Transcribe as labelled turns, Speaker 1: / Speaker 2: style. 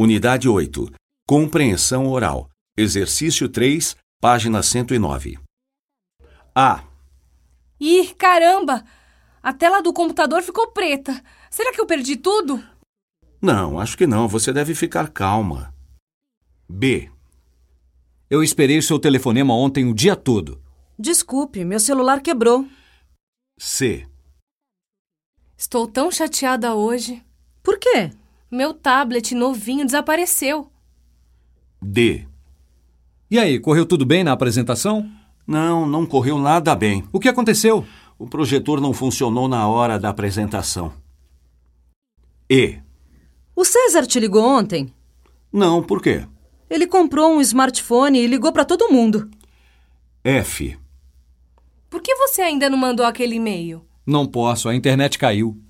Speaker 1: Unidade 8. Compreensão oral. Exercício 3, página 109. A.
Speaker 2: Ih, caramba! A tela do computador ficou preta. Será que eu perdi tudo?
Speaker 1: Não, acho que não. Você deve ficar calma. B.
Speaker 3: Eu esperei seu telefonema ontem o dia todo.
Speaker 4: Desculpe, meu celular quebrou.
Speaker 1: C.
Speaker 2: Estou tão chateada hoje.
Speaker 4: Por quê?
Speaker 2: Meu tablet novinho desapareceu.
Speaker 1: D.
Speaker 3: E aí, correu tudo bem na apresentação?
Speaker 1: Não, não correu nada bem.
Speaker 3: O que aconteceu?
Speaker 1: O projetor não funcionou na hora da apresentação. E.
Speaker 4: O César te ligou ontem?
Speaker 1: Não, por quê?
Speaker 4: Ele comprou um smartphone e ligou pra todo mundo.
Speaker 1: F.
Speaker 2: Por que você ainda não mandou aquele e-mail?
Speaker 3: Não posso, a internet caiu.